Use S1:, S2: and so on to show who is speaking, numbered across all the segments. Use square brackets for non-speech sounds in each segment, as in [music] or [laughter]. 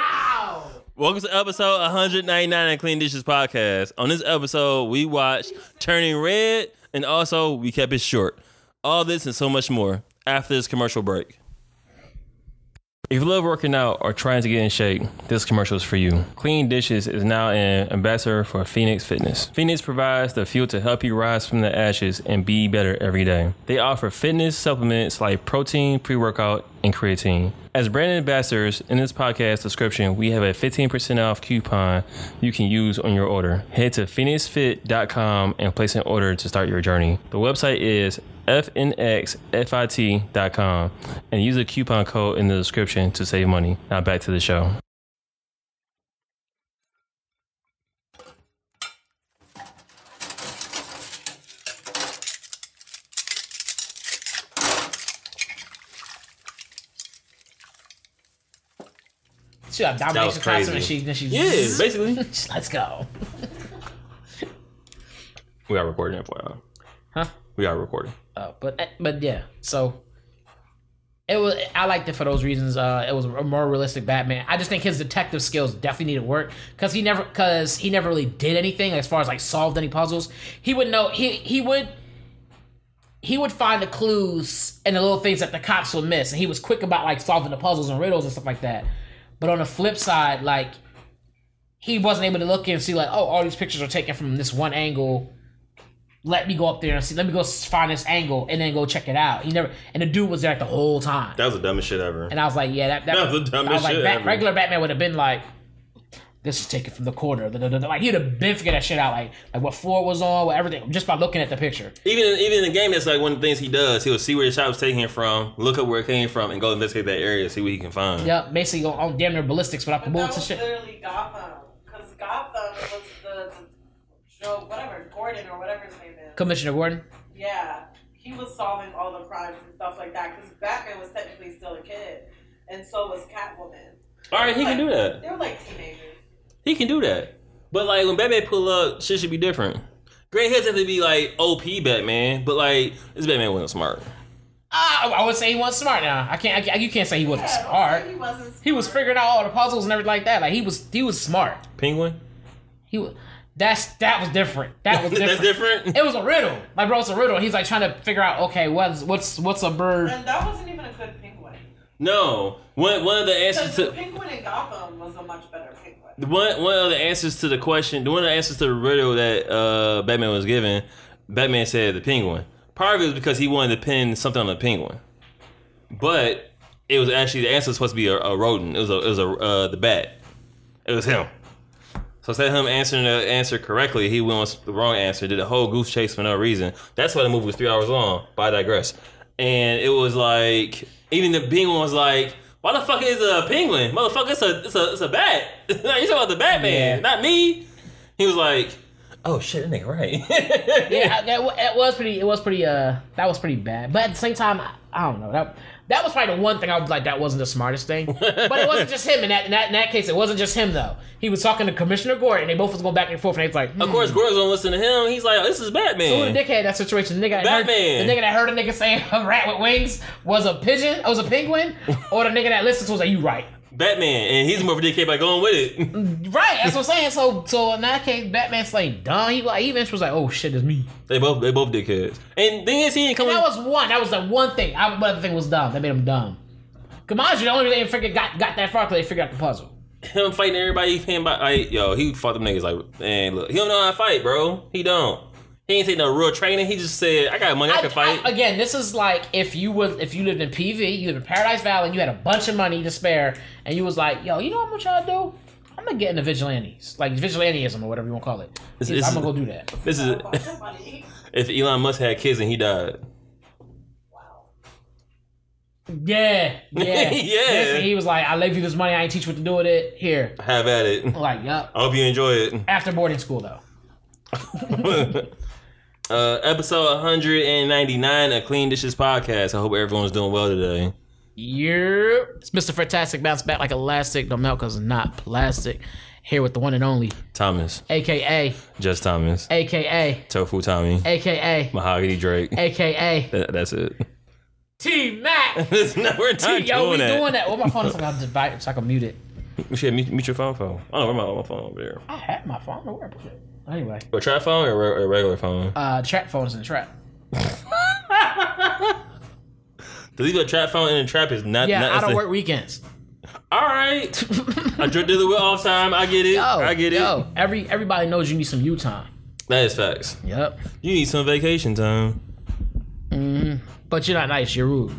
S1: Wow.
S2: Welcome to episode 199 of Clean Dishes Podcast. On this episode, we watched Turning Red and also we kept it short. All this and so much more after this commercial break. If you love working out or trying to get in shape, this commercial is for you. Clean Dishes is now an ambassador for Phoenix Fitness. Phoenix provides the fuel to help you rise from the ashes and be better every day. They offer fitness supplements like protein, pre workout, and creatine. As brand ambassadors, in this podcast description, we have a 15% off coupon you can use on your order. Head to phoenixfit.com and place an order to start your journey. The website is fnxfit.com and use the coupon code in the description to save money. Now back to the show.
S1: She got
S2: That was
S1: domination class and
S2: crazy.
S1: she then she
S2: basically.
S1: She's, Let's go.
S2: [laughs] We are recording, FYI.
S1: Huh?
S2: We are recording.
S1: Uh, but but yeah, so it was. I liked it for those reasons. Uh, it was a more realistic Batman. I just think his detective skills definitely need to work because he never because he never really did anything as far as like solved any puzzles. He would know he he would he would find the clues and the little things that the cops would miss, and he was quick about like solving the puzzles and riddles and stuff like that. But on the flip side, like he wasn't able to look and see like oh all these pictures are taken from this one angle let me go up there and see. Let me go s- find this angle and then go check it out. He never and the dude was there like the whole time.
S2: That was the dumbest shit ever.
S1: And I was like, yeah, that, that,
S2: That was the dumbest
S1: I was like,
S2: shit
S1: Bat-
S2: ever.
S1: regular Batman would have been like, this is taken from the corner. da, da, da, da. Like he'd have been figured that shit out. Like like what floor it was on, what everything, just by looking at the picture.
S2: Even even in the game, that's like one of the things he does. He'll see where the shot was taking it from, look up where it came from, and go investigate that area, see what he can find.
S1: Yep, basically on, on damn near ballistics without the
S3: But that
S1: bullets and
S3: was
S1: shit.
S3: literally Gotham, because Gotham was the Joe, whatever Gordon or whatever his name is.
S1: Commissioner Gordon.
S3: yeah, he was solving all the crimes and stuff like that. Because Batman was technically still a kid, and so was Catwoman.
S2: All right, he can do that.
S3: They were like teenagers.
S2: He can do that. But like when Batman pull up, shit should be different. Gray heads have to be like OP Batman, but like this Batman wasn't smart.
S1: Ah, I, I would say he wasn't smart. Now I can't. I, can't- you can't say he wasn't
S3: Yeah,
S1: smart.
S3: He wasn't.
S1: He was
S3: smart.
S1: figuring out all the puzzles and everything like that. Like he was. He was smart.
S2: Penguin?
S1: He was. That's that was different. That
S2: [laughs]
S1: was
S2: That's
S1: different.
S2: different.
S1: [laughs] It was a riddle. Like bro, it's a riddle. He's like trying to figure out, okay, what's what's what's a bird?
S3: And that wasn't even a good penguin.
S2: No. One one of the answers
S3: Because the
S2: to
S3: penguin in Gotham was a much better penguin.
S2: one one of the answers to the question one of the answers to the riddle that uh Batman was given, Batman said the penguin. Part of it was because he wanted to pin something on the penguin. But it was actually the answer was supposed to be a, a rodent. It was a it was a uh, the bat. It was him. So instead of him answering the answer correctly, he went with the wrong answer, did a whole goose chase for no reason. That's why the movie was three hours long, but I digress. And it was like, even the penguin was like, why the fuck is a penguin? Motherfucker, it's a, it's a, it's a bat. [laughs] you talking about the Batman,
S1: Yeah.
S2: not me. He was like, oh shit, that nigga right. [laughs]
S1: Yeah, that, wa- that was pretty. It was pretty. Uh, that was pretty bad. But at the same time, I, I don't know. That that was probably the one thing I was like, that wasn't the smartest
S2: [laughs]
S1: thing. but it wasn't just him in that in that, in that case. It wasn't just him though. He was talking to Commissioner Gordon, and they both was going back and forth, and they was like, hmm,
S2: Of course, Gordon's gonna listen to him. He's like, "Oh, this is
S1: Who the
S2: Batman.
S1: dickhead in that situation? The nigga that heard,
S2: Batman.
S1: the nigga that heard a nigga say [laughs] a rat with wings was a pigeon, was a penguin,
S2: [laughs]
S1: or the nigga that listens was like, you right.
S2: Batman. And he's more of a dickhead by going with [laughs] it.
S1: Right, that's what I'm saying. So, so in that case, Batman's like dumb. He like, even was like, "Oh shit, it's me."
S2: they both they both dickheads. And then he ain't coming.
S1: That was one. That was the one thing. I, but the thing was dumb. That made him dumb. Kamaji, the only reason they freaking got got that far because they figured out the puzzle.
S2: him fighting everybody he came by. Like, yo, he fought them niggas like, man, look, he don't know how to fight, bro. He don't. He ain't take no real training. He just said, I got money, I, can fight.
S1: I- again, this is like if you would if you lived in PV, you lived in Paradise Valley, and you had a bunch of money to spare, and you was like, "Yo, you know what I'm gonna try to do? I'm gonna get into vigilantes, like vigilantism or whatever you want to call it.
S2: This
S1: He was,
S2: is-
S1: I'm gonna go do that."
S2: this is
S3: Fuck somebody.
S2: if Elon Musk had kids and he died.
S3: Wow.
S2: [laughs]
S1: Yeah, yeah,
S2: Yeah.
S1: Listen, he was like, "I leave you this money. I ain't teach you what to do with it. Here,
S2: Have at it. I
S1: like, yup."
S2: hope you enjoy it.
S1: after boarding school though.
S2: [laughs] uh, episode 199 of Clean Dishes Podcast. I hope everyone's doing well today.
S1: Yep. It's Mr. Fantastic bounce back like elastic. Don't melt cause it's not plastic. Here with the one and only,
S2: Thomas.
S1: aka,
S2: Just Thomas.
S1: aka,
S2: Tofu Tommy.
S1: aka,
S2: Mahogany Drake.
S1: aka.
S2: That- that's it.
S1: T Mac.
S2: It's not- We're not [laughs]
S1: Yo, we
S2: doing that.
S1: doing that. Well, my phone is like I'll divide, so I can mute it.
S2: Shit, mute, mute your phone phone. I don't know where my, my phone over there.
S1: I had my phone. Where was it? Anyway,
S2: But trap phone or re- or regular phone?
S1: uh, trap phones in the trap.
S2: To leave a trap phone in a trap is not.
S1: Yeah,
S2: not
S1: I don't
S2: it's a-
S1: work weekends.
S2: [laughs] All
S1: [laughs]
S2: right, I dr- did it with off time. I get it.
S1: Yo,
S2: I get it.
S1: Oh, Yo, every everybody knows you need some you time.
S2: That is facts.
S1: Yep.
S2: You need some vacation [laughs] time.
S1: But you're not nice. You're rude.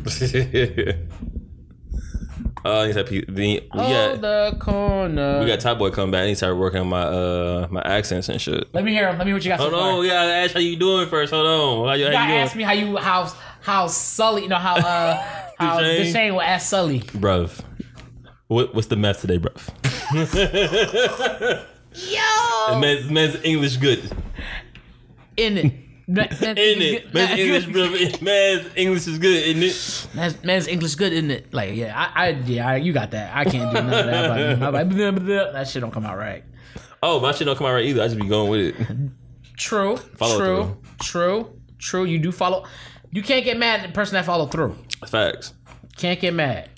S2: uh, he's happy. The, we
S1: Oh,
S2: got
S1: the corner.
S2: we got Top Boy come back. He started working on my uh my accents and shit.
S1: Let me hear him. Let me hear what you got.
S2: Hold
S1: so far.
S2: on, we gotta ask how you doing first. Hold on, how you,
S1: You
S2: how
S1: gotta
S2: you
S1: ask me how you how how Sully, you know
S2: [laughs]
S1: how uh how
S2: Deshane.
S1: Deshane will ask Sully.
S2: doing, bruv? What, what's the mess today, bruv?
S1: Yo,
S2: Man's, man's English good. [laughs]
S1: in it. [laughs]
S2: In it. Man's English, bruv. Man's English is good, isn't it?
S1: Man's, man's English good, isn't it? Like, yeah, I, I yeah, I, you got that. I can't do none of that. But I'm like, blah, blah, blah. that shit don't come out right.
S2: Oh, my shit don't come out right either. I just be going with it.
S1: [laughs] True,
S2: Follow
S1: true,
S2: through.
S1: true, true. You do follow. You can't get mad at the person that followed through.
S2: Facts.
S1: Can't get mad.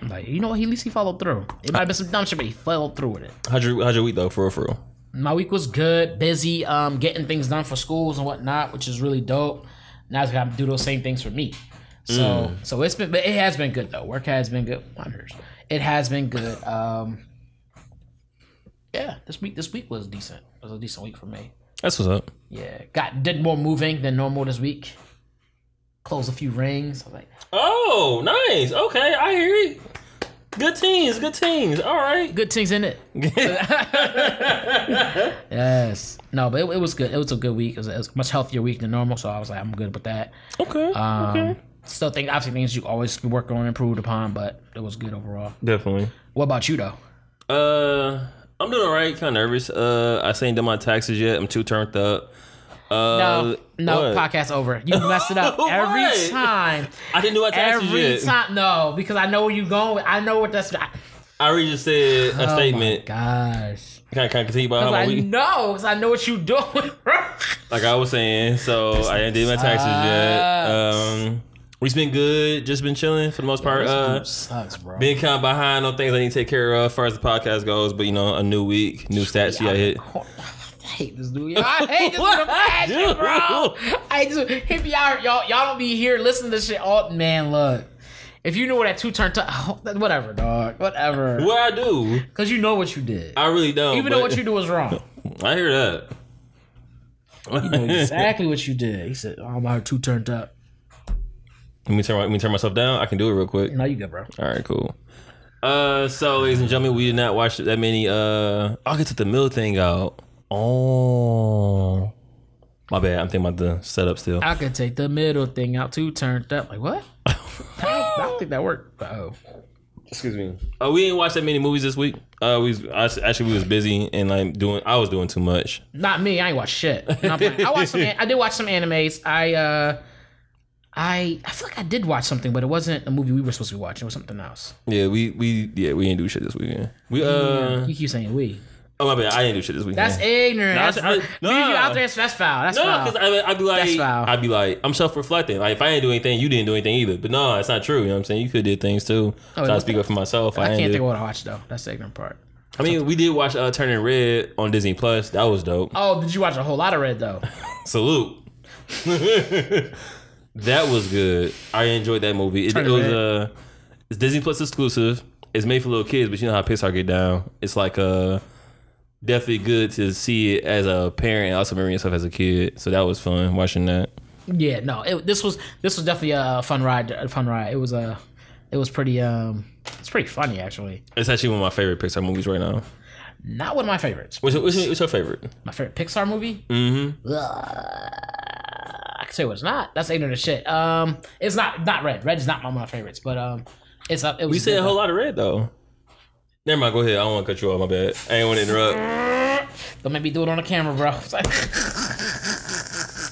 S1: Like, you know what? He, at least he followed through. It might have been some dumb shit, but he followed through with it.
S2: How'd your, how'd your week though, for real, for real?
S1: my week was good, busy, um, getting things done for schools and whatnot, which is really dope. Now I just gotta do those same things for me. So so it's been but it has been good though. Work has been good. Wonders. It has been good. Um Yeah, this week this week was decent. It was a decent week for me.
S2: That's what's up.
S1: Yeah. Got did more moving than normal this week. Closed a few rings. I was like,
S2: Oh, nice. Okay, I hear it. Good teams, good teams. All right.
S1: good things in it. yes. No, but it, it was good. It was a good week. It was, a, it was a much healthier week than normal, so I was like, I'm good with that.
S2: Okay.
S1: Um, Still think obviously things you always work on and improved upon, but it was good overall.
S2: Definitely.
S1: What about you though?
S2: Uh, I'm doing all right. Kind of nervous. Uh, I ain't done my taxes yet. I'm too turned up. Uh,
S1: No, no,
S2: what?
S1: podcast over. You messed it up every
S2: [laughs] What?
S1: time.
S2: I didn't do my taxes
S1: Every
S2: yet.
S1: time, no, because I know where you going. With. I know what that's. I,
S2: I already just said a
S1: oh
S2: statement.
S1: My gosh,
S2: Can I, can I continue about how
S1: I
S2: my week?
S1: know because I know what you doing. [laughs]
S2: Like I was saying, so I ain't did my taxes yet. Um, we've been good. Just been chilling for the most part. Uh,
S1: sucks, bro.
S2: been kind of behind on things I need to take care of as far as the podcast goes. But you know, a new week, new stats. Yeah, I hit.
S1: I hate this
S2: [laughs]
S1: dude. Yo. I hate this with a passion, bro. I just hit me out. Y'all, y'all don't be here listening to this shit. Oh man, look. If you knew what that two turn, t- oh, that- whatever, dog, whatever,
S2: [laughs] What I do,
S1: because you know what you did,
S2: I really don't.
S1: even though
S2: but
S1: what you do was
S2: [laughs]
S1: wrong.
S2: I hear that.
S1: You know exactly what you did. He said, "I'm out here two turned up."
S2: [laughs] Let me turn my, let me turn myself down. I can do it real quick.
S1: No, you good, bro.
S2: All right, cool. Uh, so ladies and gentlemen, we did not watch that many. Uh, I'll get to the mill thing out. Oh, my bad. I'm thinking about the setup still.
S1: I could take the middle thing out two turned up.
S2: [laughs]
S1: Like what? I don't, I don't think that worked. But oh,
S2: Excuse me. Uh, we didn't watch that many movies this week. Uh, we was, I s- actually we was busy and like doing. I was doing too much.
S1: Not me. I ain't watch
S2: [laughs]
S1: shit. No, I'm playing. I watched some. an- I did watch some animes. I uh, I I feel like I did watch something, but it wasn't a movie we were supposed to be watching. It was something else.
S2: Yeah, we we yeah we didn't do shit this weekend. We uh
S1: You keep saying we.
S2: oh my bad. I didn't do shit this weekend.
S1: Mm-hmm. That's ignorant.
S2: No,
S1: That's,
S2: I- I-
S1: leave
S2: no.
S1: you out there. That's that's foul. That's
S2: No,
S1: foul.
S2: because I, I'd be like,
S1: That's foul.
S2: I'd be like, I'm self-reflecting. Like, if I didn't do anything, you didn't do anything either. But no, it's not true. You know what I'm saying? You could did things too. so I
S1: Oh, yeah.
S2: speak up for myself. I,
S1: I
S2: ain't
S1: can't
S2: do-
S1: think of what I watched though. That's the ignorant part.
S2: I mean, we did watch uh, Turning Red on Disney Plus. That was dope.
S1: Oh, did you watch a whole lot of
S2: [laughs]
S1: Red though?
S2: Salute. that was good. I enjoyed that movie. It, it
S1: Turning
S2: was
S1: Red.
S2: uh, it's Disney Plus exclusive. It's made for little kids, but you know how Pixar get down. It's like uh, definitely good to see it as a parent, and also remembering yourself as a kid. So that was fun watching that.
S1: Yeah, no. It, this was this was definitely a fun ride. A fun ride. It was a. It was pretty. Um, it's pretty funny actually.
S2: It's actually one of my favorite Pixar movies right now.
S1: Not one of my favorites.
S2: What's your, what's your, what's your favorite?
S1: My favorite Pixar movie.
S2: Mm-hmm.
S1: Ugh. I can tell you what it's not. That's ignorant as shit. Um, it's not not Red. Red is not one of my favorites, but um, it's up. It was
S2: You said
S1: good,
S2: a whole lot of red though. Never mind. Go ahead. I don't want to cut you off. My bad. I ain't want to interrupt.
S1: though. Don't make me do it on the camera, bro. [laughs] It's like-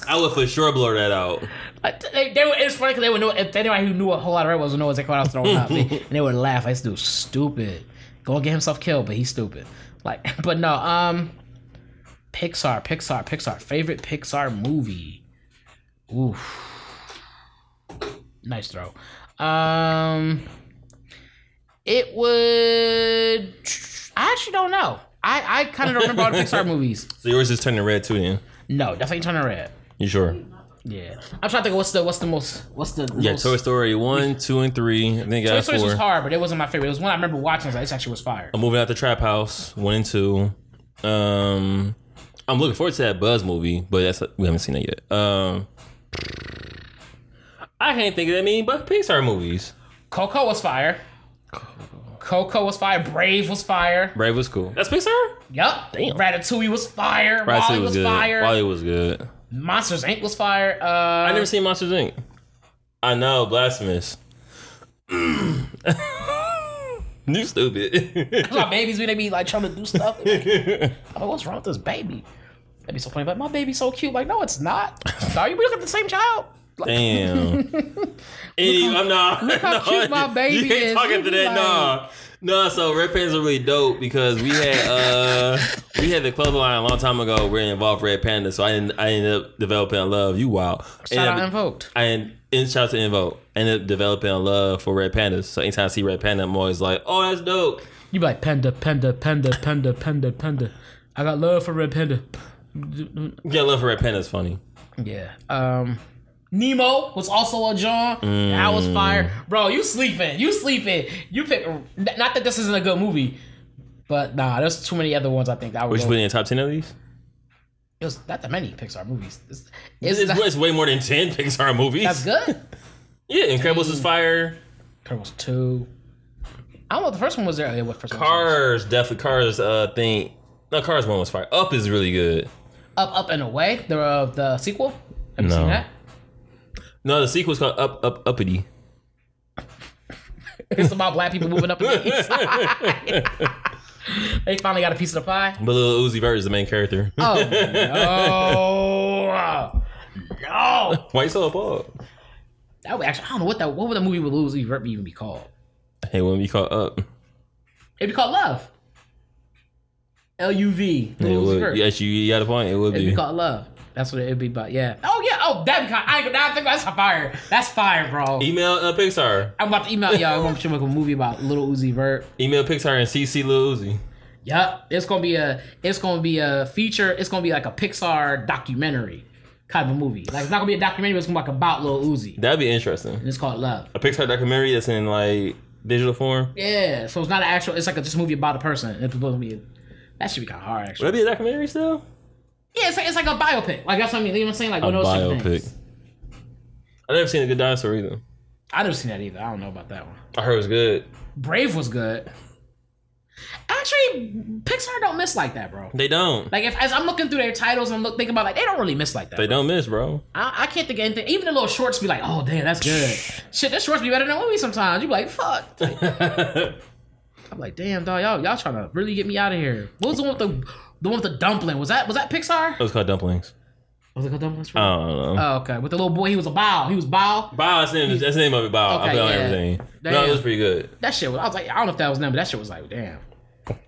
S2: I would for sure blur that out.
S1: Like, they, they were, it's funny because they would know if anybody who knew a whole lot of red was would know what exactly what I was throwing out, They- and they would laugh. I used to do stupid, gonna get himself killed, but he's stupid. Like, [laughs] but no, um, Pixar, Pixar, Pixar, favorite Pixar movie. Oof, nice throw. Um, it would. actually don't know. I, I kind of don't remember all the Pixar movies.
S2: So yours is turning red too, then?
S1: No, definitely Turning Red.
S2: You sure?
S1: Yeah, I'm trying to think. Of what's the what's the most what's the
S2: Yeah,
S1: most,
S2: Toy Story one,
S1: [laughs]
S2: two, and three. I think I
S1: Toy
S2: got
S1: Story was
S2: four.
S1: hard, but it wasn't my favorite. It was one I remember watching. I was like, this actually was fire.
S2: I'm moving out the trap house. One and two. Um, I'm looking forward to that Buzz movie, but that's we haven't seen it yet. Um, I can't think of that many but Pixar movies.
S1: Coco was fire. Coco was fire. Brave was fire.
S2: Brave was cool. That's Pixar.
S1: Yup.
S2: Damn.
S1: Ratatouille was fire.
S2: Brad
S1: Wally
S2: City
S1: was,
S2: good.
S1: fire.
S2: Wally was good.
S1: Monsters Inc. was fire. Uh,
S2: I never seen Monsters Inc. I know, blasphemous. [clears throat] you stupid. [laughs]
S1: my babies when they be like trying to do stuff. They be like, oh, what's wrong with this baby? That'd be so funny. Like my baby's so cute. Like no, it's not. Sorry, we look at the same child. Like, [laughs]
S2: Damn. Idiot, I'm not. Look [laughs]
S1: how cute my
S2: You
S1: baby
S2: ain't
S1: is.
S2: talking to
S1: You be
S2: that, nah. Nah, so Red Pants are really dope because we had uh we had the clothing line a long time ago where it involved Red Panda, so I ended, I ended up developing a love. You wow.
S1: Shout out
S2: Ended up-
S1: invoked.
S2: I en- and shout out to Invo. Ended up developing a love for Red Pandas. So anytime I see Red Panda, I'm always like, oh, that's dope.
S1: You be like panda, panda, panda, panda, panda, panda. I got love for red panda.
S2: Yeah, love for Red Panda is funny.
S1: Yeah. Um Nemo was also a John. That was fire. Bro, you sleeping. You sleeping. You pick not that this isn't a good movie, but nah, there's too many other ones I think that I would
S2: Would you
S1: go-
S2: put it in the top ten of these?
S1: it was not that many Pixar movies. It's,
S2: It's,
S1: it's
S2: it's,
S1: not-
S2: it's way more than ten [laughs] Pixar movies.
S1: that's good.
S2: Yeah, Incredibles is fire.
S1: Turtles two. I don't know what the first one was there. Oh, yeah, what first one was there?
S2: Cars definitely. Cars uh thing. No, Cars one was fire. Up is really good.
S1: Up, up and away. The uh, the sequel. Have you
S2: No.
S1: seen that?
S2: No, the sequel's called Up Up Uppity.
S1: It's about black people moving up in the east. [laughs] they finally got a piece of the pie.
S2: But Lil Uzi Vert is the main character. [laughs]
S1: Oh no, no!
S2: Why you so appalled?
S1: That would actually, I don't know what that. What would the movie with Lil Uzi Vert even be called?
S2: Hey, when we call Up,
S1: It'd be called Love. L U V.
S2: it
S1: Lil Uzi
S2: would.
S1: Vert.
S2: Yes, you, you got a point. It would
S1: It'd
S2: be.
S1: be called Love. That's what it'd be about. Yeah. Oh yeah. Oh, that'd be kind. I, now I think that's fire. That's fire, bro.
S2: Email uh, Pixar.
S1: I'm about to email y'all. I'm going to make a movie about Little Uzi Vert.
S2: Email Pixar and CC Lil Uzi.
S1: Yep, it's gonna be a it's gonna be a feature. It's gonna be like a Pixar documentary kind of a movie. Like it's not gonna be a documentary. But it's gonna be like about Lil Uzi. And
S2: That'd be interesting.
S1: it's called Love.
S2: A Pixar documentary that's in like digital form.
S1: Yeah, so it's not an actual. It's like a, just a movie about a person. It's supposed to be. That should be kind of hard, actually.
S2: Would that be a documentary still?
S1: Yeah, it's like, it's like a biopic. Like that's what I mean. You know what I'm saying? Like
S2: A
S1: one of those type of
S2: biopic.
S1: things.
S2: I never seen a good dinosaur either.
S1: I never seen that either. I don't know about that one.
S2: I heard it was good.
S1: Brave was good. Actually, Pixar don't miss like that, bro.
S2: They don't.
S1: Like if as I'm looking through their titles, I'm look, thinking about like they don't really miss like that.
S2: They don't miss, bro.
S1: I, I can't think of anything. Even the little shorts be like, oh damn, that's good. Shit, that shorts be better than movies sometimes. You be like, fuck.
S2: [laughs]
S1: I'm like, damn, dog, y'all, y'all trying to really get me out of here. What was the one with the the one with the dumpling? Was that was that Pixar?
S2: It was called dumplings.
S1: Was it called dumplings?
S2: I don't know.
S1: oh, okay. With the little boy, he was a bow. He was bow.
S2: Bow, that's the name, that's the name of it. Bow. I
S1: Okay,
S2: put on
S1: yeah.
S2: everything. No,
S1: Damn.
S2: it was pretty good.
S1: That shit was. I was like, I don't know if that was them, but that shit was like, damn.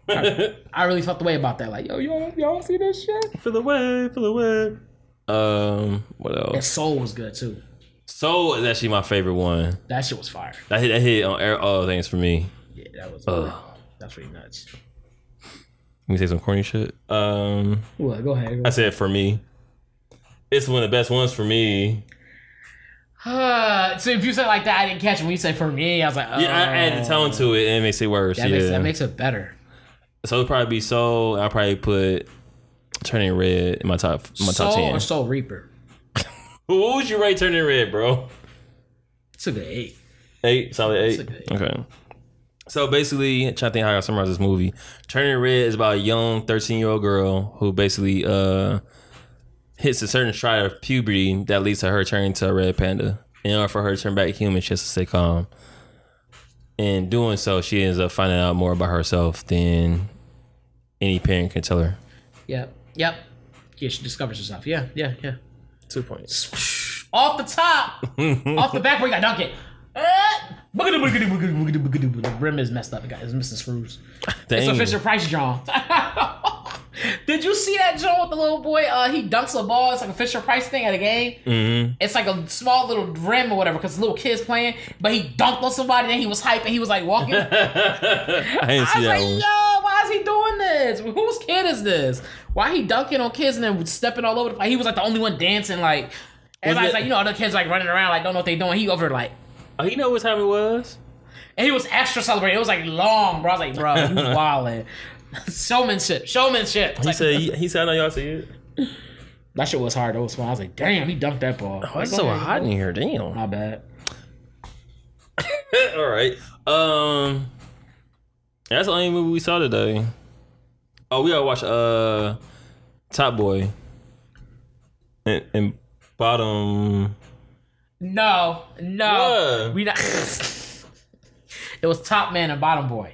S1: I,
S2: [laughs]
S1: I really felt the way about that. Like, yo, y'all, y'all see this shit?
S2: For the way, for the way. Um, what
S1: That
S2: else?
S1: soul was good too.
S2: Soul is actually my favorite one.
S1: That shit was fire.
S2: That hit, that hit on air- all things for me.
S1: Yeah, that was.
S2: Ugh.
S1: That's pretty nuts.
S2: Let me say some corny shit. Um,
S1: Well, go ahead. Go
S2: I said for me. It's one of the best ones for me.
S1: Uh, [sighs] so if you said it like that, I didn't catch it. When you said for me, I was like, oh,
S2: Yeah, I add the tone to it and it makes it worse.
S1: That,
S2: yeah.
S1: makes, that makes it better.
S2: so it'd probably be Soul. I'll probably put Turning Red in my top my
S1: Soul
S2: top
S1: or
S2: ten.
S1: Soul Reaper?
S2: Who what would you rate Turning Red, bro?
S1: It's a good eight.
S2: Eight, solid eight.
S1: a good
S2: Okay. So basically, trying to think how I summarize this movie. Turning Red is about a young 13 year old girl who basically uh, hits a certain stride of puberty that leads to her turning to a red panda. In order for her to turn back human, she has to stay calm. In doing so, she ends up finding out more about herself than any parent can tell her.
S1: Yep. Yep. Yeah, she discovers herself. Yeah, yeah, yeah.
S2: Two points.
S1: Off the [laughs] top, off the back, where you got dunk it. Eh, boogity, boogity, boogity, boogity, boogity, boogity. The rim is messed up. It got, it's missing screws. It's a Fisher Price John. [laughs] Did you see that John with the little boy? Uh, he dunks a ball. It's like a Fisher Price thing at a game.
S2: Mm-hmm.
S1: It's like a small little rim or whatever, because little kids playing. But he dunked on somebody, then he was hype, and he was like
S2: [laughs]
S1: walking.
S2: I didn't
S1: I
S2: see that
S1: was like,
S2: one.
S1: yo, why is he doing kids. Whose kid is this? Why he dunking on kids and then stepping all over the place? He was like the only one dancing. Like everybody's
S2: it-
S1: like, you know, other kids like running around, like don't know what they doing. He over like,
S2: Oh, you know what time it was?
S1: and he was extra celebrating. It was like long, bro. I was like, bro, [laughs] you wildin'. showmanship, showmanship. It's
S2: He
S1: Like,
S2: said. He said. I know y'all see it.
S1: that shit was hard. That was fun. I was like, damn, he dunked that ball.
S2: Oh, it's so hot in here. Damn.
S1: My bad.
S2: All right. Um, that's the only movie we saw today. Oh, we gotta watch uh, Top Boy. And, and bottom.
S1: No, no,
S2: What?
S1: we not. [laughs] it was top man and bottom boy.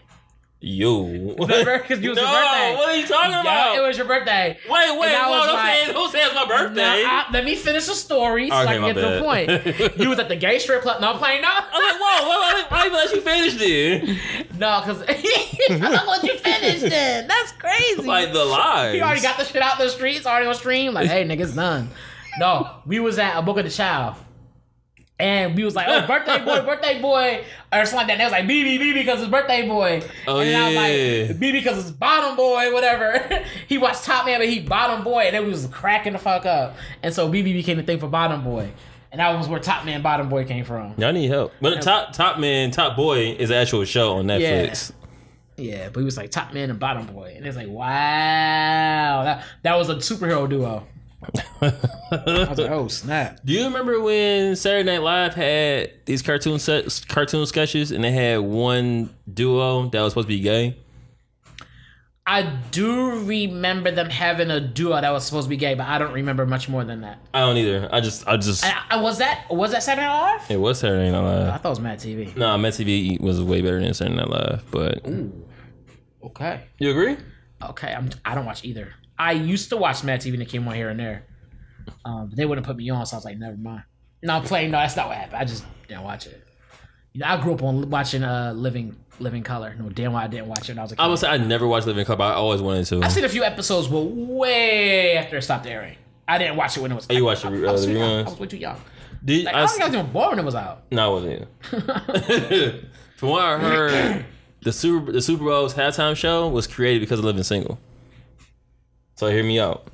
S2: Yo.
S1: Remember? 'Cause you
S2: [laughs]
S1: was
S2: no,
S1: your birthday.
S2: what are you talking
S1: Yeah,
S2: about?
S1: it was your birthday.
S2: wait, wait,
S1: that
S2: whoa,
S1: was
S2: don't
S1: my-
S2: say it- don't say it's my birthday.
S1: No, I- let me finish the story so
S2: Okay,
S1: I can
S2: my
S1: get to the
S2: bad. [laughs]
S1: point. you was at the gay strip club. No, I'm playing. No,
S2: I was like, whoa, whoa, whoa, why even let you finish then?
S1: [laughs] no, because I don't want you finished. Then that's crazy.
S2: Like the lies.
S1: you already got the shit out the streets. Already on stream. Like, hey, nigga, it's done. No, we was at a book of the child. And we was like, oh, birthday
S2: [laughs]
S1: boy, birthday boy, or something like that. And they was like, BB, BB, because it's birthday boy.
S2: Oh,
S1: and then I was
S2: yeah.
S1: like, BB, because it's bottom boy, whatever. [laughs] he watched Top Man, but he bottom boy. And then we was cracking the fuck up. And so BB became the thing for bottom boy. And that was where Top Man, bottom boy came from.
S2: Y'all need help. But top top man, top boy is an actual show on Netflix.
S1: Yeah, but he was like Top Man and bottom boy. And it's like, wow. That, that was a
S2: [laughs]
S1: superhero duo. I was like, oh, snap.
S2: Do you remember when Saturday Night Live had these cartoon sets, cartoon sketches, and they had one duo that was supposed to be gay?
S1: I do remember them having a duo that was supposed to be gay, but I don't remember much more than that.
S2: I don't either. I just, I just,
S1: I, I, was that was that Saturday Night Live?
S2: it was Saturday Night
S1: I
S2: Live.
S1: thought it was Mad TV.
S2: Nah, Mad TV was way better than Saturday Night Live. But
S1: Okay,
S2: you agree?
S1: okay. I'm I don't watch either. I used to watch Mad TV and it came on here and there. Um, but they wouldn't put me on, so I was like, never mind. No, I'm playing. No, that's not what happened. I just didn't watch it. You know, I grew up on watching uh Living Living Color. No, damn why I didn't watch it when I was a kid.
S2: I would say I never watched Living Club. but I always wanted to.
S1: I've seen a few episodes, but way after it stopped airing. I didn't watch it when it was.
S2: you watched the re-
S1: I, I, was
S2: uh, the
S1: too young.
S2: reruns?
S1: I was way too young.
S2: Did
S1: Like,
S2: I,
S1: I,
S2: s-
S1: don't think I was even born when it was out.
S2: No, I wasn't either. [laughs] From what I heard, the Super the Super Bowl's halftime show was created because of Living Single. So hear me out.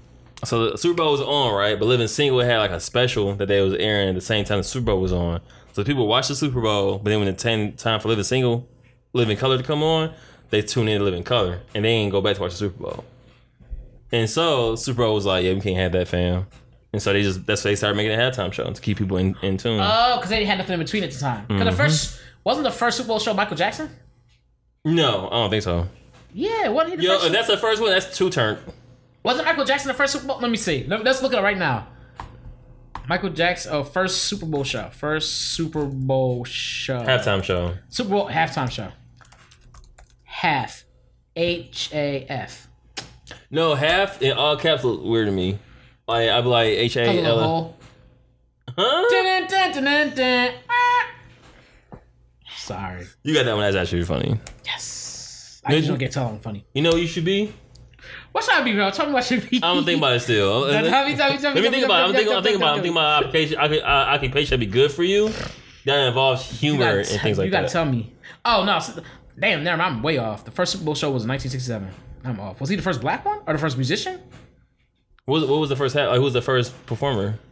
S2: So the Super Bowl was on, right? But Living Single had like a special that they was airing at the same time the Super Bowl was on. So people watch the Super Bowl, but then when it's time time for Living Single, Living Color to come on, they tune in to Living Color and they ain't go back to watch the Super Bowl. And so Super Bowl was like, yeah, we can't have that, fam. And so they just that's why they started making a halftime show to keep people in, in tune.
S1: Oh, because they had nothing in between at the time. Because
S2: Mm-hmm.
S1: the first wasn't the first Super Bowl show Michael Jackson.
S2: no, I don't think so.
S1: Yeah, wasn't he the
S2: Yo,
S1: first?
S2: if that's the first one, that's two turn.
S1: wasn't Michael Jackson the first Super Bowl? Let me see. Let, us look it up right now. Michael Jackson, oh, first Super Bowl show, first Super Bowl show,
S2: Halftime show.
S1: Super Bowl halftime show, half, H A F.
S2: No, half in all caps look weird to me. Like I'd be like H
S1: Cause
S2: A
S1: of the
S2: L.
S1: hole.
S2: Huh?
S1: Dun, dun, dun, dun, dun. Ah. Sorry.
S2: You got that one. That's actually funny.
S1: Yes. I just don't get told I'm funny.
S2: You know what you should be.
S1: What should I be real? Tell me what should be.
S2: I don't think about it
S1: [laughs]
S2: still.
S1: Tell
S2: Let
S1: me, tell me, tell me, tell
S2: me
S1: me,
S2: think
S1: tell
S2: about. it. I'm
S1: me,
S2: thinking.
S1: tell
S2: I'm
S1: me,
S2: thinking about.
S1: tell
S2: I'm
S1: me,
S2: thinking about occupation. occu- uh, Occupation should be good for you. That involves humor
S1: gotta
S2: and
S1: tell-
S2: things like
S1: you gotta
S2: that.
S1: tell me. Oh no! s- Damn, never mind. I'm way off. The first Super Bowl show was 1967. I'm off. Was he the first black one or the first musician?
S2: What was, what was the first? Half, like, who was the first performer? [laughs]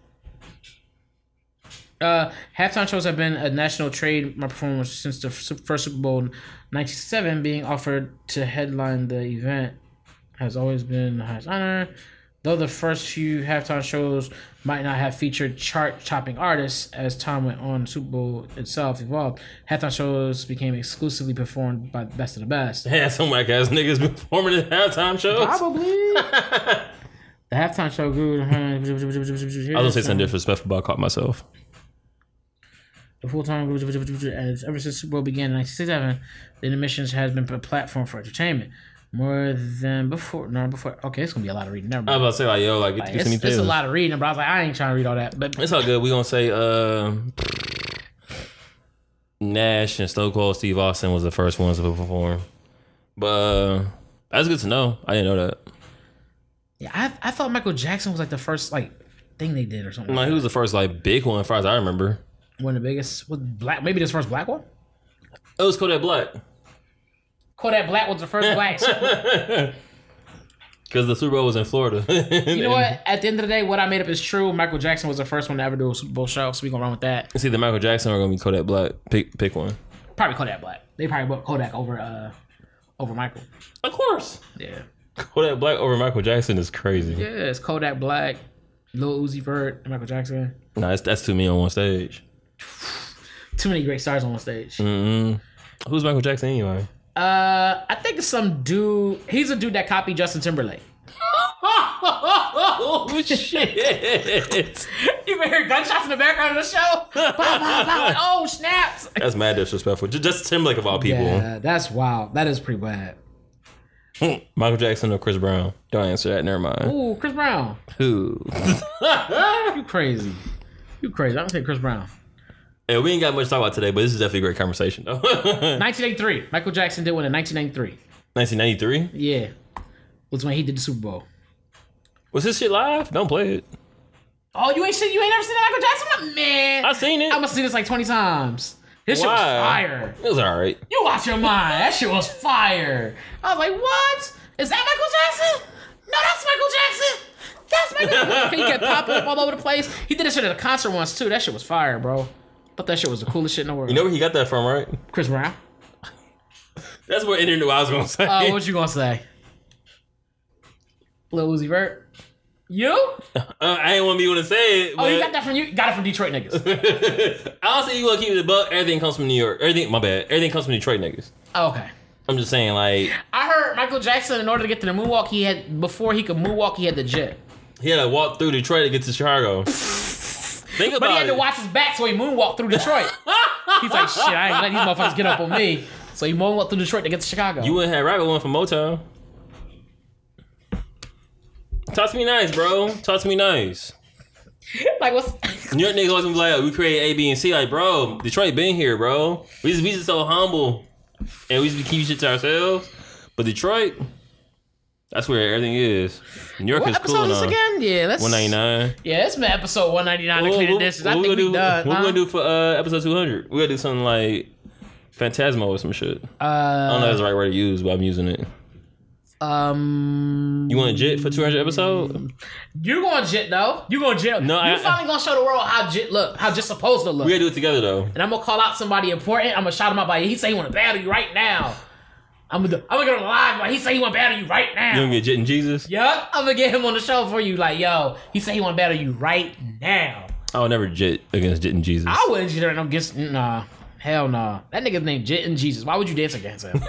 S1: Uh, halftime shows have been a national trademark performance since the f- first Super Bowl 1967, being offered to headline the event has always been the highest honor. Though the first few halftime shows might not have featured chart-topping artists, as time went on, Super Bowl itself evolved. Halftime shows became exclusively performed by the best of the best.
S2: Yeah, some whack ass niggas been performing at halftime shows.
S1: Probably. [laughs] the halftime show grew.
S2: I was gonna say something disrespectful, but I caught myself.
S1: The full time ever since Super Bowl began in 1967, the intermissions has been a platform for entertainment more than before. No, before. Okay, it's gonna be a lot of reading. Never
S2: I
S1: mind.
S2: was about to say like, yo, like, get these
S1: It's,
S2: many
S1: it's a
S2: plays.
S1: lot of reading, but I was like, I ain't trying to read all that. But
S2: It's all good. We gonna say uh, Nash and Stone Cold Steve Austin was the first ones to perform, but uh, that's good to know. I didn't know that.
S1: yeah, I, I thought Michael Jackson was like the first like thing they did or something.
S2: Like,
S1: Like,
S2: who was the first like big one, as far as I remember?
S1: one of the biggest was black. Maybe this first black one.
S2: It was Kodak Black. [laughs]
S1: Kodak Black was the first black.
S2: Because the Super Bowl was in Florida. [laughs]
S1: You know what? At the end of the day, what I made up is true. Michael Jackson was the first one to ever do a Super Bowl show, so we gonna run with that.
S2: It's either Michael Jackson or gonna be Kodak Black. Pick pick one.
S1: Probably Kodak Black. They probably put Kodak over uh over Michael.
S2: Of course.
S1: Yeah.
S2: Kodak Black over Michael Jackson is crazy.
S1: Yeah, it's Kodak Black, Lil Uzi Vert, and Michael Jackson.
S2: Nah, that's that's too many on one stage.
S1: Too many great stars on one stage.
S2: Mm-mm. Who's Michael Jackson anyway? [laughs]
S1: Uh, I think it's some dude. He's a dude that copied Justin Timberlake. [laughs]
S2: Oh shit!
S1: you can hear gunshots in the background of the show. [laughs] Bah, bah, bah, like, oh snaps!
S2: that's mad disrespectful. Ju- Just Timberlake of all people.
S1: Yeah, that's wild. That is pretty bad.
S2: Michael Jackson or Chris Brown? Don't answer that. Never mind.
S1: Ooh, Chris Brown.
S2: Who?
S1: You crazy? You crazy? I'm gonna say Chris Brown.
S2: yeah, we ain't got much to talk about today, but this is definitely a great conversation though. [laughs]
S1: 1983. Michael Jackson did one in 1993.
S2: 1993.
S1: Yeah, was when he did the Super Bowl.
S2: Was this shit live? Don't play it.
S1: Oh, you ain't seen, you ain't never seen that Michael Jackson? Man,
S2: I seen it.
S1: I must see this like 20 times. This shit was
S2: Why?
S1: fire.
S2: It was all right.
S1: You watch your mind. That shit was fire. I was like, what? Is that Michael Jackson? No, that's Michael Jackson. That's Michael
S2: [laughs]
S1: Jackson. he kept popping up all over the place. He did this shit at a concert once too. That shit was fire, bro. Thought that shit was the coolest shit in the world.
S2: You know where he got that from, right?
S1: Chris
S2: [laughs]
S1: Brown.
S2: That's where Ender knew I was gonna say.
S1: Uh, what you gonna say? Lil Uzi Vert. You?
S2: [laughs] Uh, I ain't want to be able to say it.
S1: Oh,
S2: But
S1: you got that from you? Got it from Detroit
S2: [laughs]
S1: niggas.
S2: I'll say you gonna keep it above. Everything comes from New York. Everything, my bad. Everything comes from Detroit niggas.
S1: Oh, okay.
S2: I'm just saying, like
S1: I heard Michael Jackson, in order to get to the moonwalk, he had before he could moonwalk, he had to jet.
S2: he had to walk through Detroit to get to
S1: [laughs]
S2: Chicago. Think about
S1: But he had
S2: it.
S1: to watch his back, so he moonwalked
S2: [laughs]
S1: through Detroit. He's like, shit, I ain't letting these motherfuckers get up on me. So he moonwalked through Detroit to get to Chicago.
S2: You wouldn't have rabbit one from Motown. Talk to me nice, bro. Talk to me nice.
S1: like, what's?
S2: New York niggas always gonna be like, "Oh, we create A, B, and C. Like, bro, Detroit been here, bro. We just, we just so humble, and we just be keeping shit to ourselves. But Detroit, that's where everything is. New York
S1: What
S2: is
S1: episode
S2: cool
S1: is this
S2: now.
S1: again? Yeah, let's.
S2: One ninety nine.
S1: Yeah, it's my episode one ninety nine. to Clean the dishes. I think we
S2: do, What
S1: done.
S2: we
S1: huh?
S2: gonna do for uh, episode two hundred? We gonna do something like Phantasmo or some shit. I don't know if
S1: Uh,
S2: that's the right word to use, but I'm using it.
S1: um,
S2: You want to jit for two hundred episode?
S1: you're going jit though. You're going jit.
S2: No,
S1: you
S2: I-
S1: finally gonna show the world how jit look, how jit supposed to look.
S2: We gotta do it together though.
S1: and I'm gonna call out somebody important. I'm gonna shout him out by he say he want to battle you right now. I'm gonna I'm gonna get on live. Like, he say he want to battle you right now.
S2: You gonna get jit and Jesus?
S1: Yup, I'm gonna get him on the show for you. Like, yo, he said he want to battle you right now.
S2: I would never jit against jit and Jesus.
S1: I
S2: [laughs]
S1: wouldn't jit him against nah. Hell nah. That nigga's named Jitten Jesus. Why would you dance against him?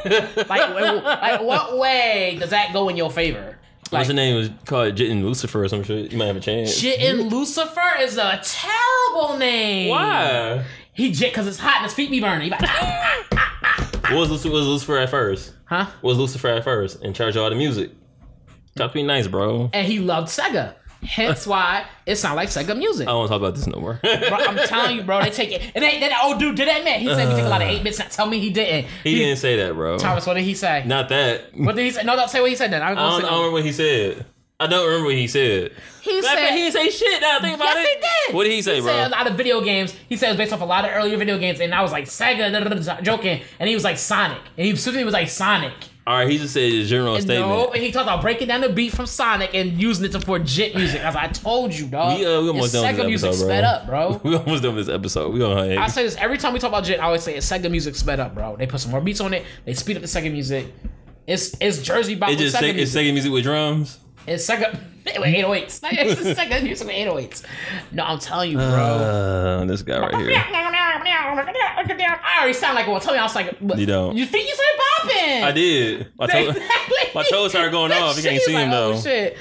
S1: like, w- like, what way does that go in your favor?
S2: What's the name? It Was called jit and Lucifer or some shit. You might have a chance.
S1: Jitten Lucifer is a terrible name.
S2: Why?
S1: He jit because it's hot and his feet be burning. He like, [laughs] "Ah, ah, ah."
S2: What was Lucifer, was Lucifer at first?
S1: huh?
S2: What was Lucifer at first? In charge of all the music. Talk to me nice, bro.
S1: And he loved Sega. Hence why it sound like Sega music.
S2: I don't want to talk about this no more.
S1: Bro,
S2: [laughs]
S1: I'm telling you, bro, they take it. And they, that old dude did that, man. He said we take a lot of 8 bits. Now Tell me he didn't.
S2: he didn't say that, bro.
S1: Thomas, what did he say?
S2: Not that.
S1: What did he say? No, don't say what he said. Then I'm
S2: [laughs] I
S1: gonna
S2: don't,
S1: say.
S2: I don't remember what he said. I don't remember what he said.
S1: he
S2: Matter of fact,
S1: said
S2: he didn't say shit. Now I think about
S1: Yes,
S2: it.
S1: he did.
S2: What did he say,
S1: he
S2: bro?
S1: said a lot of video games. He said it was based off a lot of earlier video games, and I was like Sega, da, da, da, da, joking, and he was like Sonic, and he specifically was like Sonic.
S2: all right, he just said a general
S1: And
S2: statement.
S1: no, and he talked about breaking down the beat from Sonic and using it to for jit music. As I told you, dog,
S2: We, uh, we almost
S1: It's
S2: done with
S1: Sega
S2: this
S1: music
S2: episode, bro.
S1: sped up, bro.
S2: [laughs] We almost done with this episode. We gonna
S1: I say this every time we talk about Jit. I always say it's Sega music sped up, bro. They put some more beats on it. They speed up the Sega music. It's it's Jersey bop
S2: It
S1: with
S2: just
S1: Sega
S2: sec- it's
S1: music.
S2: second music with drums.
S1: It's Sega [laughs] with 808s. Like, [laughs] It's just Sega music with 808s. No, I'm telling you, bro.
S2: Uh, this guy right here.
S1: I already sound like one. Tell me I was like, what?
S2: You don't.
S1: You think you started popping?
S2: I did. My toe,
S1: [laughs] Exactly.
S2: my toes started going
S1: That
S2: off. You can't
S1: shit,
S2: see
S1: like,
S2: him
S1: oh,
S2: though.
S1: shit.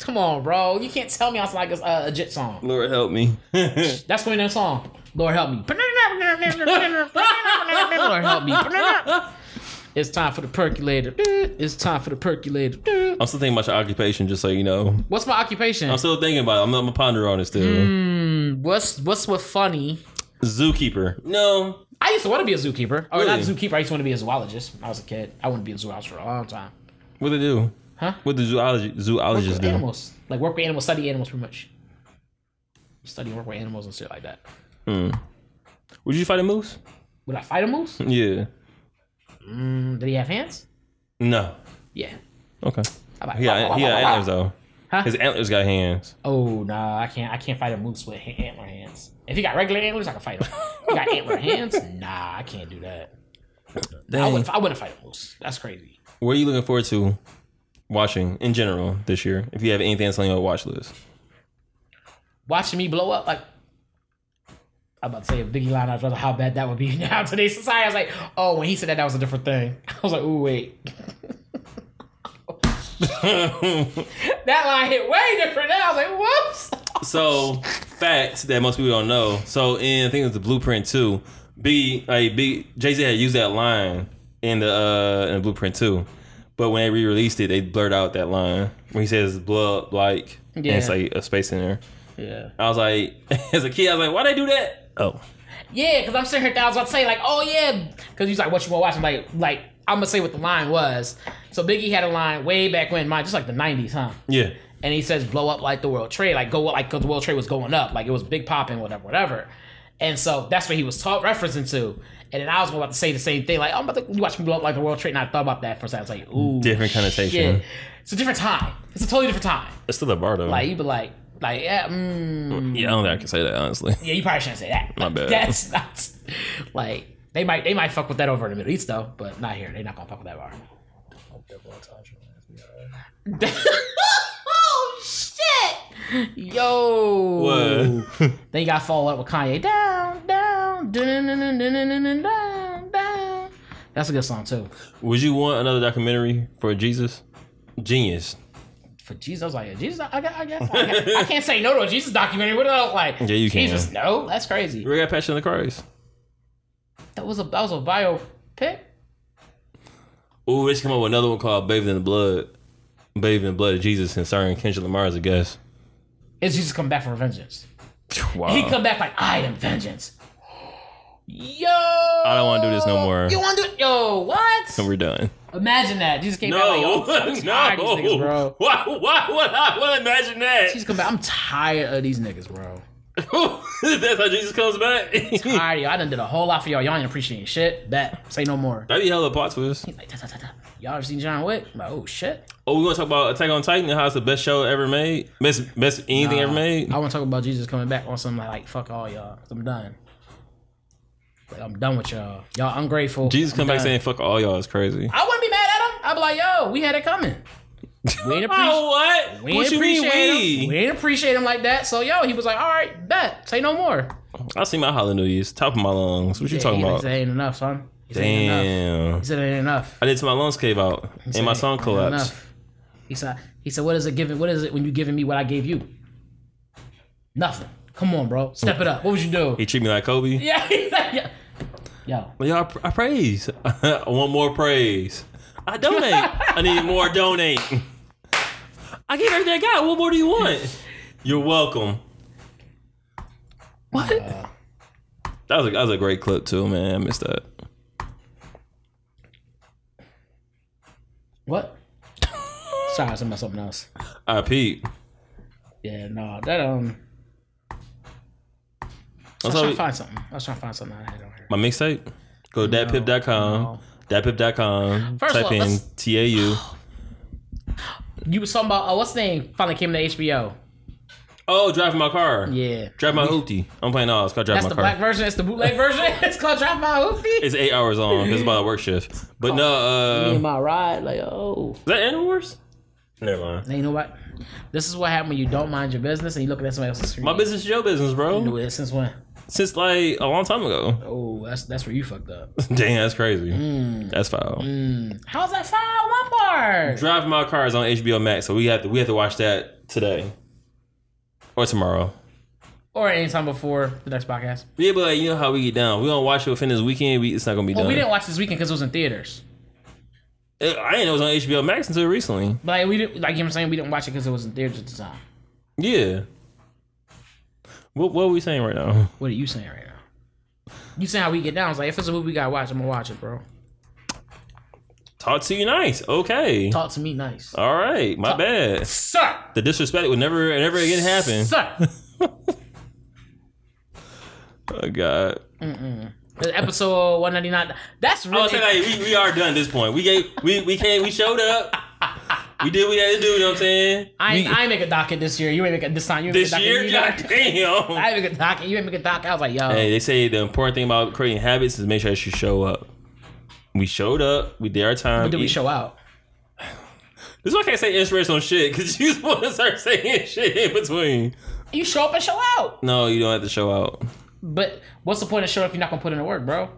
S1: Come on, bro. You can't tell me I was like it's uh, a Jit song.
S2: [laughs] Lord help [laughs] me. That's
S1: That's going to be that song. Lord help me. [laughs] Lord help me. [laughs] It's time for the percolator. [laughs] It's time for the percolator. [laughs]
S2: I'm still thinking about your occupation, just so you know.
S1: What's my occupation? Hmm,
S2: I'm still thinking about it. I'm, I'm a ponder on it still.
S1: What's what's what funny?
S2: Zookeeper. No.
S1: I used to want to be a zookeeper. Or not
S2: Really?
S1: zookeeper. I used to want to be a zoologist. when I was a kid. I wanted to be a zoologist for a long time.
S2: What they do?
S1: Huh?
S2: What the zoology zoologists
S1: With
S2: do?
S1: animals. Like work with animals, study animals pretty much. Study and work with animals and shit like that.
S2: Would you fight a moose?
S1: Would I fight a moose?
S2: Yeah.
S1: Mm, did he Hmm, have hands?
S2: No.
S1: Yeah.
S2: Okay.
S1: I'm like,
S2: Yeah,
S1: "Wah,
S2: he
S1: wah,
S2: got
S1: wah, wah, wah."
S2: antlers though.
S1: Huh?
S2: His antlers got hands.
S1: Oh nah, I can't. I can't fight a moose with ha- antler hands. If he got regular antlers, I can fight him. If he got antler hands, nah, I can't do that. I
S2: Dang.
S1: wouldn't. I wouldn't fight a moose. That's crazy.
S2: What are you looking forward to watching in general this year? If you have anything that's on your watch [laughs] list,
S1: Watching me blow up, like I'm about to say a Biggie line. I was like, how bad that would be [laughs] now in today's society. I was like, oh, when he said that, that was a different thing. [laughs] I was like, ooh, wait, that line hit way different. Now I was like, whoops.
S2: so facts that most people don't know. So in I think it was the Blueprint too. B like B Jay Z had used that line in the uh in the Blueprint too, but when they re-released it, they blurred out that line when he says "blood like" and it's
S1: Yeah.
S2: like a space in there.
S1: Yeah.
S2: I was like, [laughs] as a kid, I was like, why they do that? Oh,
S1: Yeah, because I'm sitting here, I was about to say, like, oh yeah, because he's like, what you want to watch? I'm like, like, I'm gonna say what the line was. So Biggie had a line way back when, mine, just like the '90s, huh?
S2: yeah,
S1: And he says, blow up like the World Trade, like go up, like because the World Trade was going up, like it was big popping, whatever, whatever. And so that's what he was taught referencing to. And then I was about to say the same thing, like, I'm about to you watch me blow up like the World Trade, and I thought about that for a second. I was like, ooh,
S2: Different connotation.
S1: shit. It's a different time. It's a totally different time.
S2: it's still a bar though.
S1: Like you'd be like, like, yeah, mm,
S2: yeah, I don't think I can say that honestly.
S1: yeah, you probably shouldn't say that.
S2: My bad.
S1: [laughs] That's not like they might they might fuck with that over in the Middle East though, but not here. They're not gonna fuck with that bar. [laughs] oh shit! Yo,
S2: What?
S1: then you got follow up with Kanye down, down, dun, dun, dun, dun, dun, dun, dun, down, down. That's a good song too.
S2: Would you want another documentary for Jesus? Genius.
S1: For Jesus, I was like yeah, Jesus. I, I, gu- I guess I, gu- I can't say no to a Jesus documentary. What do I look like?
S2: Yeah, you can.
S1: Jesus, no, that's crazy.
S2: You ever got Passion of the Christ?
S1: That was a that was a biopic.
S2: Ooh, they should come up with another one called Bathed in the Blood. Bathed in the Blood of Jesus and starring Kendrick Lamar as a guest.
S1: Is Jesus come back for vengeance?
S2: Wow.
S1: He come back like I
S2: [gasps]
S1: am vengeance. Yo,
S2: I
S1: I
S2: don't want to do this no more.
S1: You want to do? Yo, what?
S2: We're done.
S1: Imagine that Jesus came back like,
S2: No,
S1: yo, I'm
S2: [laughs]
S1: tired of these
S2: no.
S1: niggas, bro.
S2: [laughs] Why, why would I want to imagine
S1: Jesus
S2: that?
S1: come back. I'm tired of these niggas, bro.
S2: [laughs] That's how Jesus comes back. [laughs] That'd
S1: Tired, y'all. I done did a whole lot for y'all. Y'all ain't appreciating shit. Bet. Say no more.
S2: be hella plot twist.
S1: He's like, da, da, da, da. Y'all ever seen John Wick? I'm like, oh shit.
S2: Oh, we're gonna talk about Attack on Titan and how it's the best show ever made. Best, best anything
S1: Nah,
S2: ever made.
S1: I want to talk about Jesus coming back on something like, like fuck all y'all. i I'm done. Like, I'm done with y'all. Y'all ungrateful.
S2: Jesus
S1: I'm
S2: come back
S1: done.
S2: saying "fuck all y'all" is crazy.
S1: I wouldn't be mad at him. I'd be like, yo, we had it coming. [laughs] We ain't appreciate.
S2: Oh [laughs] what?
S1: We
S2: what
S1: ain't
S2: you mean
S1: appreciate
S2: we?
S1: him. We ain't appreciate him like that. So yo, he was like, all right, bet, say no more.
S2: I see my hallelujahs, top of my lungs. What you
S1: Yeah,
S2: talking
S1: he
S2: about?
S1: Said, ain't enough, son. He said, ain't enough.
S2: Damn.
S1: He said it ain't enough.
S2: I did till my lungs cave out
S1: He
S2: and my
S1: said,
S2: song
S1: "Ain't
S2: collapsed.
S1: enough." He said, he said, what is it giving? What is it when you giving me what I gave you? Nothing. Come on, bro. Step it up. What would you do?
S2: He treat me like Kobe.
S1: [laughs] yeah, he's like, yeah. Yo,
S2: Well, y'all, I praise. [laughs] I want more praise. I donate. I need more donate. I gave everything I got. What more do you
S1: [laughs]
S2: want? You're welcome. What?
S1: Uh,
S2: that was a, that was a great clip too, man. I missed that.
S1: what? Sorry, I was talking about something else.
S2: I peep.
S1: Yeah, no, that um. I
S2: That's
S1: was
S2: how
S1: trying
S2: we-
S1: to find something. I was trying to find something I had on here.
S2: My mixtape. Go to datpip.com.
S1: no.
S2: Datpip.com.
S1: First of
S2: Type
S1: all,
S2: in
S1: let's- [gasps]
S2: TAU.
S1: You was talking about oh, what's the name? Finally came to HBO.
S2: Oh, driving my car.
S1: Yeah,
S2: Drive my hoopty. I'm playing all. It's called Drive
S1: that's
S2: My
S1: the
S2: Car.
S1: black version. It's the bootleg version. [laughs] It's called Drive My Hoopty.
S2: It's eight hours long. It's about a work shift. But no, uh,
S1: In
S2: is
S1: my ride, like oh,
S2: that Animal Wars? Never mind.
S1: and you know what? This is what happened when you don't mind your business and you looking at somebody else's screen.
S2: My business is your business,
S1: You knew
S2: bro.
S1: it since when?
S2: Since like a long time ago. [laughs]
S1: Oh, that's that's where you fucked up.
S2: Damn, that's crazy.
S1: Hmm.
S2: That's foul.
S1: How's that foul? My part.
S2: Drive My Car is on HBO Max, so we have to we have to watch that today or tomorrow.
S1: Or anytime before the next podcast.
S2: Yeah, but like, you know how we get down. We gonna watch it within this weekend. We, it's not gonna be
S1: Well,
S2: done.
S1: we didn't watch this weekend because it was in theaters.
S2: It- I didn't know it was on HBO Max until recently.
S1: But like, we didn't like you know what I'm saying. We didn't watch it because it was in theaters at the time.
S2: Yeah. What what are we saying right now?
S1: What are you saying right now? You saying how we get down? It's like if it's a movie we gotta watch, I'm gonna watch it, bro.
S2: Talk to you nice. Okay.
S1: Talk to me nice,
S2: All right. My bad.
S1: sir.
S2: The disrespect would never never again happen.
S1: Sir.
S2: Oh God.
S1: episode 199. That's
S2: I was
S1: really.
S2: saying like we, we are done at this point. We gave we we came we showed up. We did what we had to do. You know what I'm saying?
S1: I, ain't,
S2: We-
S1: I ain't make a docket this year. You ain't make a this time. You ain't
S2: this
S1: make a
S2: year, [laughs] god
S1: docket. You ain't make a-
S2: damn.
S1: I ain't make a docket. You ain't make a docket. I was like, yo,
S2: Hey, they say the important thing about creating habits is make sure that you show up. We showed up. We did our time.
S1: when did we
S2: We-
S1: show out?
S2: This is why I can't say inspirational shit because [laughs] you just want to start saying [laughs] shit in between.
S1: You show up and show out.
S2: No, you don't have to show out.
S1: But what's the point of showing up if you're not gonna put in the work, bro?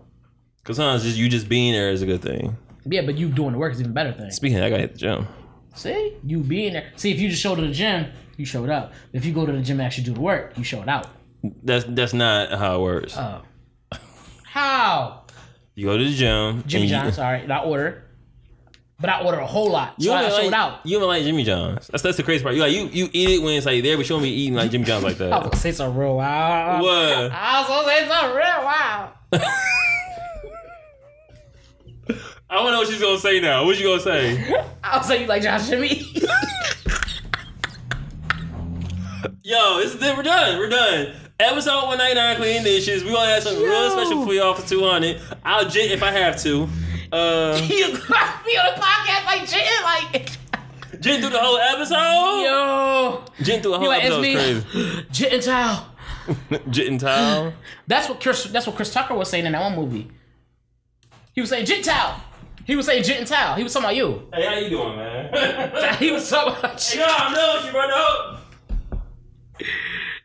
S2: Cause sometimes just you just being there is a good thing.
S1: Yeah, but you doing the work is even better thing.
S2: Speaking, of, that, I gotta hit the gym.
S1: See, you being there. See, if you just showed to the gym, you showed up. If you go to the gym and actually do the work, you showed out.
S2: That's that's not how it works.
S1: Oh, how?
S2: you go to the gym.
S1: Jimmy
S2: and you-
S1: John's. All right, and I order, but I order a whole lot,
S2: You
S1: so I
S2: even
S1: showed
S2: like,
S1: out.
S2: You even like Jimmy John's. That's that's the crazy part. You like you you eat it when it's like there, but you don't be eating like Jimmy John's like [laughs]
S1: I was
S2: that.
S1: gonna say some real wild.
S2: what?
S1: I was gonna say some real wild.
S2: oh. [laughs] I wanna know what she's gonna say now. What you gonna [laughs] say?
S1: I was like, you like Josh Jimmy? [laughs]
S2: Yo, it's we're done. We're done. Episode one ninety nine clean dishes. We gonna have something real
S1: Yo.
S2: special for y'all for two hundred. I'll jit if I have to. [laughs] Uh,
S1: you got me on the podcast like Jim, like [laughs]
S2: jit through the whole episode.
S1: yo.
S2: Jit through the
S1: You
S2: whole
S1: like it's
S2: episode.
S1: me,
S2: is
S1: [gasps] Gentile.
S2: Crazy. jit and towel.
S1: That's what Chris. That's what Chris Tucker was saying in that one movie. He was saying Gentile. He was saying Gentile. He was talking about you. [laughs]
S2: Hey, how you doing, [laughs] man?
S1: He was talking about
S2: Hey,
S1: you.
S2: yo, I'm done. You run up.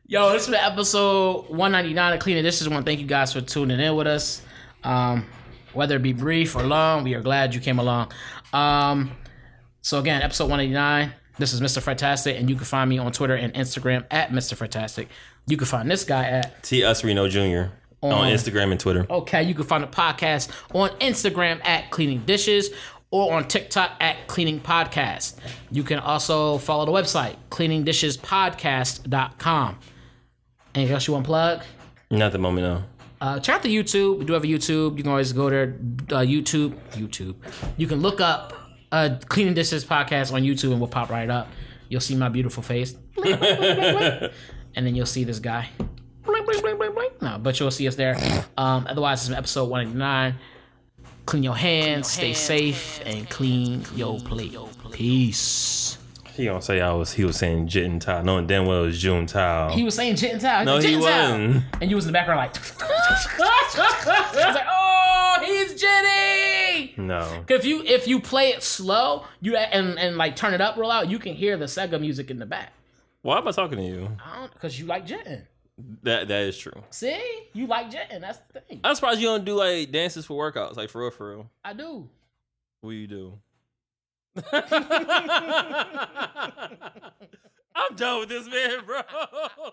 S1: Yo, this has been episode 199 of Cleaning Dishes. One, thank you guys for tuning in with us. Um, whether it be brief or long, we are glad you came along. Um, so again, episode 189. This is Mr. Fantastic, and you can find me on Twitter and Instagram at Mr. Fantastic. You can find this guy at
S2: T. Us Reno Jr. on Instagram and Twitter.
S1: Okay, you can find the podcast on Instagram at Cleaning Dishes or on TikTok at Cleaning Podcast. You can also follow the website, cleaningdishespodcast.com. Anything else you want to plug?
S2: Not at the moment, no.
S1: Uh, check out the YouTube. We do have a YouTube. You can always go there. Uh, YouTube, YouTube. You can look up uh, Cleaning Dishes Podcast on YouTube and we'll pop right up. You'll see my beautiful [laughs] face. and then you'll see this guy. Blink, blink, blink, blink, blink. No, but you'll see us there. Um, otherwise, it's episode 189. Clean your hands, stay safe, and clean, your plate. Peace.
S2: He gonna say I was. He was saying Jit and Tile, knowing damn well it was June Tile.
S1: He was saying jit and towel.
S2: no,
S1: jit
S2: he
S1: and towel.
S2: wasn't.
S1: And you was in the background like, [laughs] I was like, oh, he's jitty.
S2: No.
S1: If you if you play it slow, you and and like turn it up real loud, you can hear the Sega music in the back.
S2: Why am I talking to you?
S1: I don't because you like jitting.
S2: That that is true.
S1: See, you like jitting. That's the thing.
S2: I'm surprised you don't do like dances for workouts, like for real, for real.
S1: I do.
S2: What you [laughs] do? [laughs] I'm done with this man, bro.